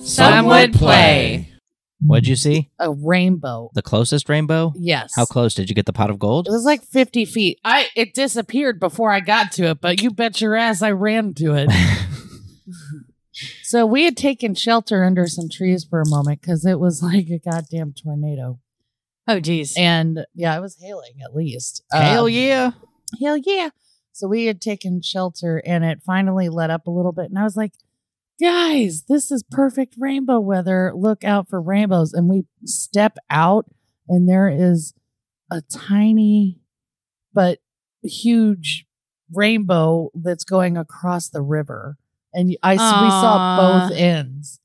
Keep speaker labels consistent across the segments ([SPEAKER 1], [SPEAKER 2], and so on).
[SPEAKER 1] Some would play.
[SPEAKER 2] What'd you see?
[SPEAKER 3] a rainbow.
[SPEAKER 2] The closest rainbow?
[SPEAKER 3] Yes.
[SPEAKER 2] How close did you get the pot of gold?
[SPEAKER 3] It was like 50 feet. I it disappeared before I got to it, but you bet your ass I ran to it. so we had taken shelter under some trees for a moment because it was like a goddamn tornado.
[SPEAKER 1] Oh, geez.
[SPEAKER 3] And yeah, it was hailing at least.
[SPEAKER 2] Hell
[SPEAKER 3] Um,
[SPEAKER 2] yeah.
[SPEAKER 3] hell yeah. So we had taken shelter and it finally let up a little bit. And I was like, guys, this is perfect rainbow weather. Look out for rainbows. And we step out and there is a tiny but huge rainbow that's going across the river. And I, we saw
[SPEAKER 1] Aw.
[SPEAKER 3] both ends.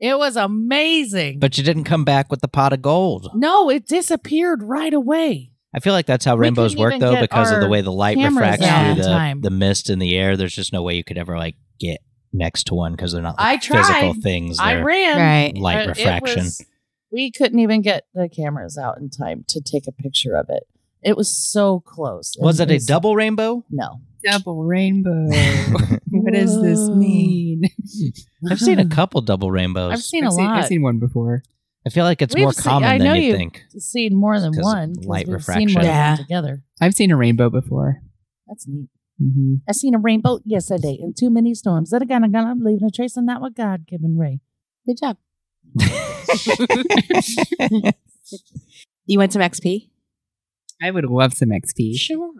[SPEAKER 3] It was amazing.
[SPEAKER 2] But you didn't come back with the pot of gold.
[SPEAKER 3] no, it disappeared right away.
[SPEAKER 2] I feel like that's how
[SPEAKER 3] We
[SPEAKER 2] rainbows
[SPEAKER 3] couldn't
[SPEAKER 2] work,
[SPEAKER 3] even
[SPEAKER 2] though,
[SPEAKER 3] get
[SPEAKER 2] because of the
[SPEAKER 3] our
[SPEAKER 2] way the light
[SPEAKER 3] cameras
[SPEAKER 2] refracts
[SPEAKER 1] out
[SPEAKER 2] through
[SPEAKER 1] in
[SPEAKER 2] the,
[SPEAKER 3] time.
[SPEAKER 2] the mist in the air. There's just no way you could ever like get next to one because they're not
[SPEAKER 3] I
[SPEAKER 2] like, physical
[SPEAKER 3] tried.
[SPEAKER 2] things.
[SPEAKER 3] I
[SPEAKER 2] They're
[SPEAKER 3] ran.
[SPEAKER 1] Right.
[SPEAKER 2] light
[SPEAKER 3] Uh, it
[SPEAKER 2] refraction.
[SPEAKER 3] was- we couldn't even get the cameras out in time to take a picture of it. It was so close.
[SPEAKER 2] Was it
[SPEAKER 3] And
[SPEAKER 2] a double rainbow?
[SPEAKER 3] No.
[SPEAKER 1] Double rainbow.
[SPEAKER 3] What does this mean?
[SPEAKER 2] I've seen a couple double rainbows.
[SPEAKER 3] I've seen a lot.
[SPEAKER 4] I've seen one before.
[SPEAKER 2] I feel like it's
[SPEAKER 3] We've
[SPEAKER 2] more
[SPEAKER 3] seen-
[SPEAKER 2] common
[SPEAKER 3] I
[SPEAKER 2] than
[SPEAKER 3] know
[SPEAKER 2] you
[SPEAKER 3] you-
[SPEAKER 2] think.
[SPEAKER 3] seen more than
[SPEAKER 2] 'Cause
[SPEAKER 3] one.
[SPEAKER 2] light
[SPEAKER 3] Light we've
[SPEAKER 2] refraction.
[SPEAKER 3] Seen more than
[SPEAKER 1] Yeah.
[SPEAKER 3] one together.
[SPEAKER 4] I've seen a rainbow before.
[SPEAKER 3] That's neat.
[SPEAKER 4] Mm-hmm.
[SPEAKER 3] I seen a rainbow yesterday in too many storms. That are gonna gonna leaving a trace on that what God given ray.
[SPEAKER 1] Good job. You want some XP?
[SPEAKER 4] I would love some XP.
[SPEAKER 3] Sure.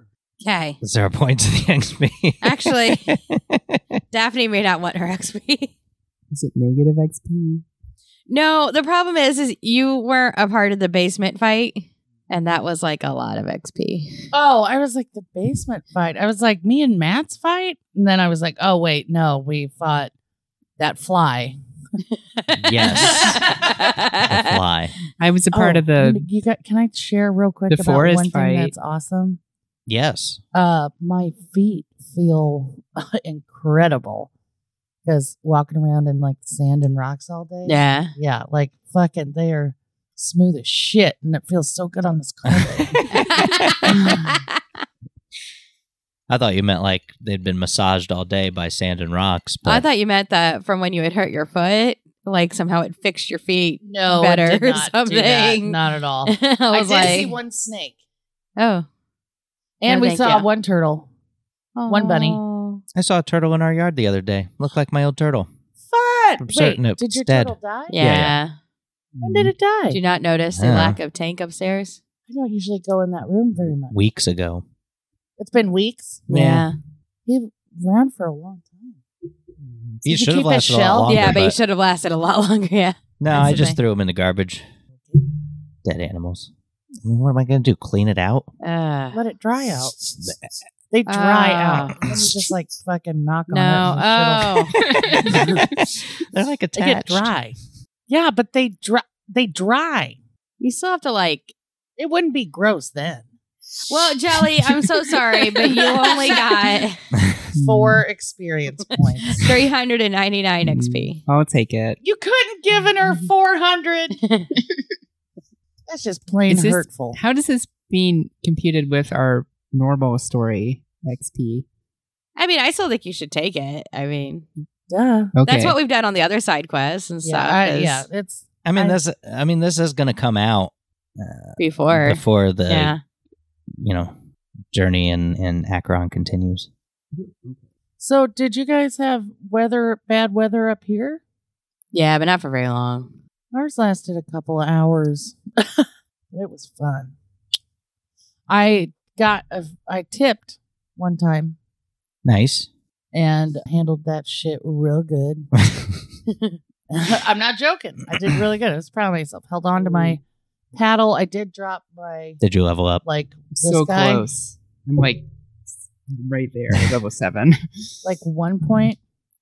[SPEAKER 1] Okay.
[SPEAKER 2] Is there a point to the XP?
[SPEAKER 1] Actually- Daphne may not want her XP.
[SPEAKER 4] Is it negative XP?
[SPEAKER 1] No, the problem is, is you weren't a part of the basement fight, and that was like a lot of XP.
[SPEAKER 3] Oh, I was like the basement fight. I was like me and Matt's fight, and then I was like, oh wait, no, we fought that fly.
[SPEAKER 2] Yes. A fly.
[SPEAKER 4] I was a part
[SPEAKER 3] Oh,
[SPEAKER 4] of the.
[SPEAKER 3] You got? Can I share real quick
[SPEAKER 4] the
[SPEAKER 3] about
[SPEAKER 4] forest
[SPEAKER 3] one
[SPEAKER 4] fight.
[SPEAKER 3] thing that's awesome?
[SPEAKER 2] Yes.
[SPEAKER 3] uh my feet feel incredible because walking around in like sand and rocks all day
[SPEAKER 1] Yeah.
[SPEAKER 3] yeah like fucking they are smooth as shit and it feels so good on this carpet
[SPEAKER 1] I
[SPEAKER 2] I thought you meant like they'd been massaged all day by sand and rocks. But
[SPEAKER 1] thought you meant that from when you had hurt your foot, like somehow it fixed your feet.
[SPEAKER 3] no
[SPEAKER 1] Better
[SPEAKER 3] it did
[SPEAKER 1] or
[SPEAKER 3] not do that.
[SPEAKER 1] something.
[SPEAKER 3] not at all
[SPEAKER 2] Oh.
[SPEAKER 1] I
[SPEAKER 3] i
[SPEAKER 1] was
[SPEAKER 3] did
[SPEAKER 1] like,
[SPEAKER 3] see one snake
[SPEAKER 1] oh,
[SPEAKER 3] and
[SPEAKER 1] No,
[SPEAKER 3] we
[SPEAKER 1] thank
[SPEAKER 3] saw
[SPEAKER 1] you.
[SPEAKER 3] one turtle One bunny.
[SPEAKER 1] Oh.
[SPEAKER 2] I saw a turtle in our yard the other day. Looked like my old turtle.
[SPEAKER 3] fun
[SPEAKER 2] I'm certain
[SPEAKER 3] wait
[SPEAKER 2] it's
[SPEAKER 3] did your
[SPEAKER 2] dead.
[SPEAKER 3] turtle die
[SPEAKER 1] Yeah.
[SPEAKER 3] when did it die
[SPEAKER 1] Do you not notice the
[SPEAKER 2] Yeah.
[SPEAKER 1] lack of tank upstairs?
[SPEAKER 3] i don't usually go in that room very much
[SPEAKER 2] Weeks ago.
[SPEAKER 3] it's been weeks
[SPEAKER 2] Yeah.
[SPEAKER 3] he ran for a long time
[SPEAKER 2] You
[SPEAKER 4] Hmm.
[SPEAKER 3] you
[SPEAKER 2] should
[SPEAKER 3] keep
[SPEAKER 2] have
[SPEAKER 3] his
[SPEAKER 2] lasted a lot
[SPEAKER 3] shell?
[SPEAKER 2] longer.
[SPEAKER 1] yeah, but you
[SPEAKER 2] but-
[SPEAKER 1] should have lasted a lot longer. Yeah.
[SPEAKER 2] No,
[SPEAKER 1] That's
[SPEAKER 2] I
[SPEAKER 1] the
[SPEAKER 2] just
[SPEAKER 1] thing.
[SPEAKER 2] threw them in the garbage. Dead animals. I mean, what am I going to do? Clean it out?
[SPEAKER 1] Uh,
[SPEAKER 3] let it dry out They dry
[SPEAKER 1] Oh.
[SPEAKER 3] out. Then you just like fucking knock
[SPEAKER 1] no.
[SPEAKER 3] on it.
[SPEAKER 1] Oh.
[SPEAKER 2] They're like
[SPEAKER 3] they get
[SPEAKER 2] attached.
[SPEAKER 3] dry. Yeah, but they dry. They dry.
[SPEAKER 1] you still have to like.
[SPEAKER 3] It wouldn't be gross then.
[SPEAKER 1] Well, Jelly, I'm so sorry, but you only got
[SPEAKER 3] Four experience points.
[SPEAKER 1] 399 XP.
[SPEAKER 4] Hmm. I'll take it.
[SPEAKER 3] You couldn't given her four hundred. Mm-hmm.
[SPEAKER 4] Mm.
[SPEAKER 3] That's just plain
[SPEAKER 4] Is this-
[SPEAKER 3] hurtful.
[SPEAKER 4] How does this being computed with our normal story XP?
[SPEAKER 1] I mean, I still think you should take it. I mean,
[SPEAKER 3] Duh.
[SPEAKER 4] Okay.
[SPEAKER 1] that's what we've done on the other side quests and
[SPEAKER 3] Yeah,
[SPEAKER 1] stuff.
[SPEAKER 3] I-
[SPEAKER 1] is
[SPEAKER 3] yeah, it's
[SPEAKER 2] I mean,
[SPEAKER 3] I-
[SPEAKER 2] this. I mean, this is going to come out uh,
[SPEAKER 1] Before.
[SPEAKER 2] before the
[SPEAKER 1] yeah.
[SPEAKER 2] you know journey in in Acheron continues.
[SPEAKER 3] so. Did you guys have weather bad weather up here?
[SPEAKER 1] Yeah, but not for very long.
[SPEAKER 3] Ours lasted a couple of hours. it was fun. I got a, I tipped one time
[SPEAKER 2] Nice.
[SPEAKER 3] and handled that shit real good. I'm not joking. I did really good. I was proud of myself. Held on to my paddle. I did drop my
[SPEAKER 2] Did you level up?
[SPEAKER 3] like this
[SPEAKER 4] so
[SPEAKER 3] guy
[SPEAKER 4] close. I'm like right there, level seven.
[SPEAKER 3] like one point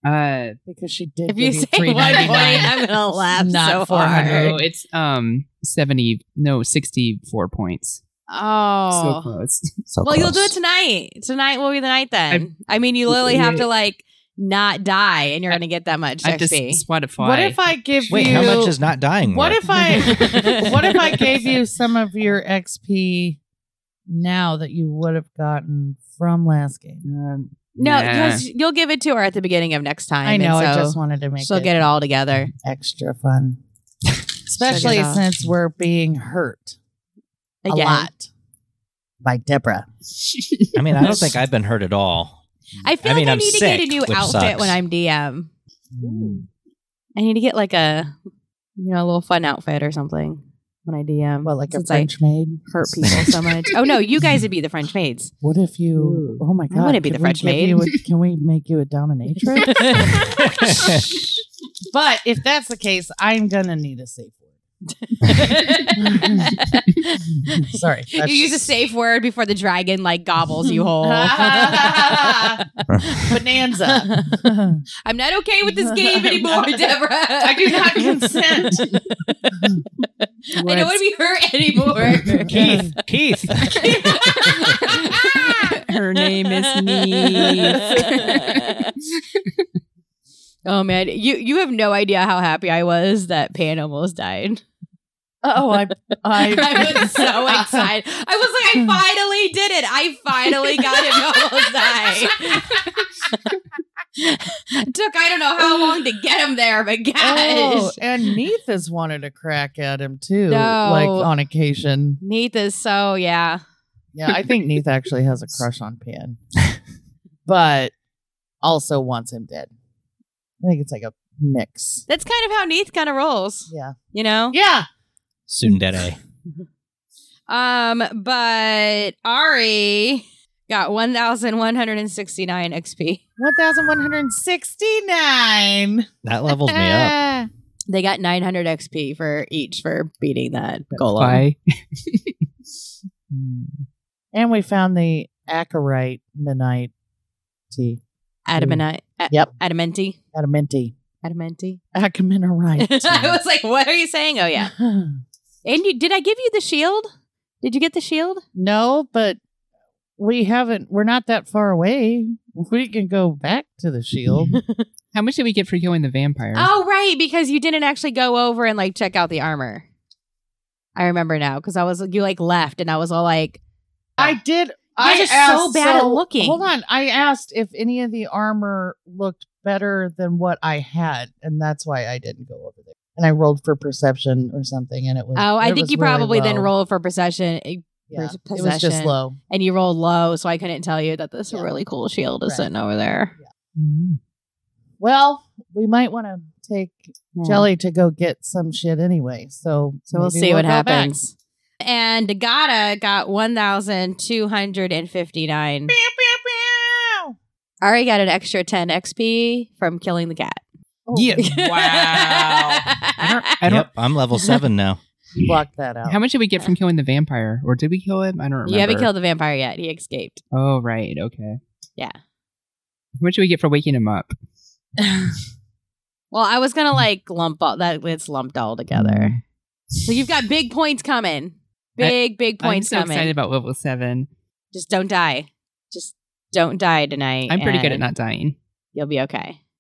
[SPEAKER 4] Uh,
[SPEAKER 3] because she did.
[SPEAKER 1] If you
[SPEAKER 3] give
[SPEAKER 1] say one
[SPEAKER 3] three
[SPEAKER 1] point,
[SPEAKER 3] ninety nine.
[SPEAKER 1] I'm gonna laugh
[SPEAKER 3] Not
[SPEAKER 1] so
[SPEAKER 3] 400.
[SPEAKER 4] oh,
[SPEAKER 1] hard.
[SPEAKER 4] it's um seventy, no sixty four points. So
[SPEAKER 1] Oh,
[SPEAKER 4] close.
[SPEAKER 2] So
[SPEAKER 1] well, you'll do
[SPEAKER 2] close.
[SPEAKER 1] it tonight. Tonight will be the night then. i mean, you literally have to like not die, and you're gonna get that much
[SPEAKER 4] I have to
[SPEAKER 1] XP.
[SPEAKER 4] s- swat a fly.
[SPEAKER 3] what if I give
[SPEAKER 2] Wait,
[SPEAKER 3] you?
[SPEAKER 2] how much is not dying?
[SPEAKER 3] what
[SPEAKER 2] worth?
[SPEAKER 3] if I? what if I gave you some of your XP now that you would have gotten from last game?
[SPEAKER 4] Um,
[SPEAKER 1] No,
[SPEAKER 4] Nah.
[SPEAKER 1] because you'll give it to her at the beginning of next time.
[SPEAKER 3] I know.
[SPEAKER 1] and
[SPEAKER 3] I
[SPEAKER 1] so
[SPEAKER 3] just wanted to make
[SPEAKER 1] she'll get it all together.
[SPEAKER 3] extra fun, especially
[SPEAKER 1] Check it out.
[SPEAKER 3] since we're being hurt a
[SPEAKER 1] Again.
[SPEAKER 3] lot by Deborah.
[SPEAKER 2] I mean, I don't think I've been hurt at all.
[SPEAKER 1] I feel
[SPEAKER 2] I mean,
[SPEAKER 1] like I
[SPEAKER 2] I'm
[SPEAKER 1] need to get a
[SPEAKER 2] sick,
[SPEAKER 1] new
[SPEAKER 2] which
[SPEAKER 1] outfit
[SPEAKER 2] sucks.
[SPEAKER 1] when I'm DM. I need to get like a you know a little fun outfit or something when I DM.
[SPEAKER 3] Well, like a
[SPEAKER 1] Since
[SPEAKER 3] French maid.
[SPEAKER 1] I hurt people so much. Oh no, you guys would be the French maids.
[SPEAKER 3] What if you? Oh my god!
[SPEAKER 1] wouldn't be
[SPEAKER 3] could
[SPEAKER 1] the French
[SPEAKER 3] we give
[SPEAKER 1] maid.
[SPEAKER 3] you a- can we make you a dominatrix? but if that's the case, I'm gonna need a safe word. Sorry,
[SPEAKER 1] you use a safe word before the dragon like gobbles you whole.
[SPEAKER 3] bonanza.
[SPEAKER 1] I'm not okay with this game anymore, Deborah. I
[SPEAKER 4] do not consent.
[SPEAKER 1] I don't want to be hurt anymore.
[SPEAKER 2] Keith, Keith.
[SPEAKER 1] Her name is Neve. oh man, you you have no idea how happy I was that Pan almost died.
[SPEAKER 3] Oh, I,
[SPEAKER 1] I was so excited. I was like, I finally did it. I finally got him to almost die. Took I don't know how long to get him there, but gosh.
[SPEAKER 3] Oh, and Neith has wanted a crack at him too,
[SPEAKER 1] No.
[SPEAKER 3] like on occasion.
[SPEAKER 1] Neath is so yeah.
[SPEAKER 3] Yeah, I think Neith actually has a crush on Pan, but also wants him dead. I think it's like a mix.
[SPEAKER 1] That's kind of how Neath kind of rolls,
[SPEAKER 3] Yeah.
[SPEAKER 1] you know.
[SPEAKER 3] Yeah.
[SPEAKER 2] Sundere.
[SPEAKER 1] Um, but Ari got 1,169 XP.
[SPEAKER 3] 1169.
[SPEAKER 2] That levels me up.
[SPEAKER 1] They got 900 XP for each for beating that golem.
[SPEAKER 4] Why?
[SPEAKER 3] Hmm. And we found the acolyte midnight tea.
[SPEAKER 1] Adamani- a-
[SPEAKER 3] Yep.
[SPEAKER 1] Adamenti.
[SPEAKER 3] Adamanti.
[SPEAKER 1] Adamenti.
[SPEAKER 3] Acaminarite.
[SPEAKER 1] I was like, what are you saying? Oh, yeah. And you did I give you the shield? Did you get the shield?
[SPEAKER 3] No, but we haven't. We're not that far away. We can go back to the shield.
[SPEAKER 4] How much did we get for killing the vampire?
[SPEAKER 1] Oh, right. Because you didn't actually go over and like check out the armor. I remember now because I was, you like left and I was all like,
[SPEAKER 3] I did.
[SPEAKER 1] guys
[SPEAKER 3] I
[SPEAKER 1] are so
[SPEAKER 3] asked-
[SPEAKER 1] bad at looking.
[SPEAKER 3] Hold on. I asked if any of the armor looked better than what I had, and that's why I didn't go over there. And I rolled for perception or something, and it was.
[SPEAKER 1] oh, I
[SPEAKER 3] it
[SPEAKER 1] think
[SPEAKER 3] was
[SPEAKER 1] you
[SPEAKER 3] really
[SPEAKER 1] probably then
[SPEAKER 3] low.
[SPEAKER 1] rolled for procession.
[SPEAKER 3] Yeah,
[SPEAKER 1] for
[SPEAKER 3] it was just
[SPEAKER 1] possession.
[SPEAKER 3] low.
[SPEAKER 1] and you rolled low, so I couldn't tell you that this
[SPEAKER 3] Yeah.
[SPEAKER 1] really cool shield is
[SPEAKER 3] Right.
[SPEAKER 1] sitting over there.
[SPEAKER 3] Well, we might want to take Jelly to go get some shit anyway. So,
[SPEAKER 1] So we'll
[SPEAKER 3] maybe
[SPEAKER 1] see what
[SPEAKER 3] go back.
[SPEAKER 1] happens. And Nagata got 1,259.
[SPEAKER 3] Pew, pew, pew.
[SPEAKER 1] Ari got an extra 10 XP from killing the cat.
[SPEAKER 3] Oh,
[SPEAKER 4] I don't. I don't
[SPEAKER 2] Yep, I'm level seven now.
[SPEAKER 3] Block that out.
[SPEAKER 4] How much did we get from killing the vampire? Or did we kill him? I don't remember.
[SPEAKER 1] you haven't killed the vampire yet. He escaped.
[SPEAKER 4] Oh, right. Okay.
[SPEAKER 1] Yeah.
[SPEAKER 4] How much did we get for waking him up?
[SPEAKER 1] Well, I was going to like lump all that. It's lumped all together. So you've got big points coming. Big, big points
[SPEAKER 4] I'm so
[SPEAKER 1] coming.
[SPEAKER 4] excited about level seven.
[SPEAKER 1] Just don't die. Just don't die tonight.
[SPEAKER 4] I'm pretty good at
[SPEAKER 1] and
[SPEAKER 4] not dying.
[SPEAKER 1] You'll be okay.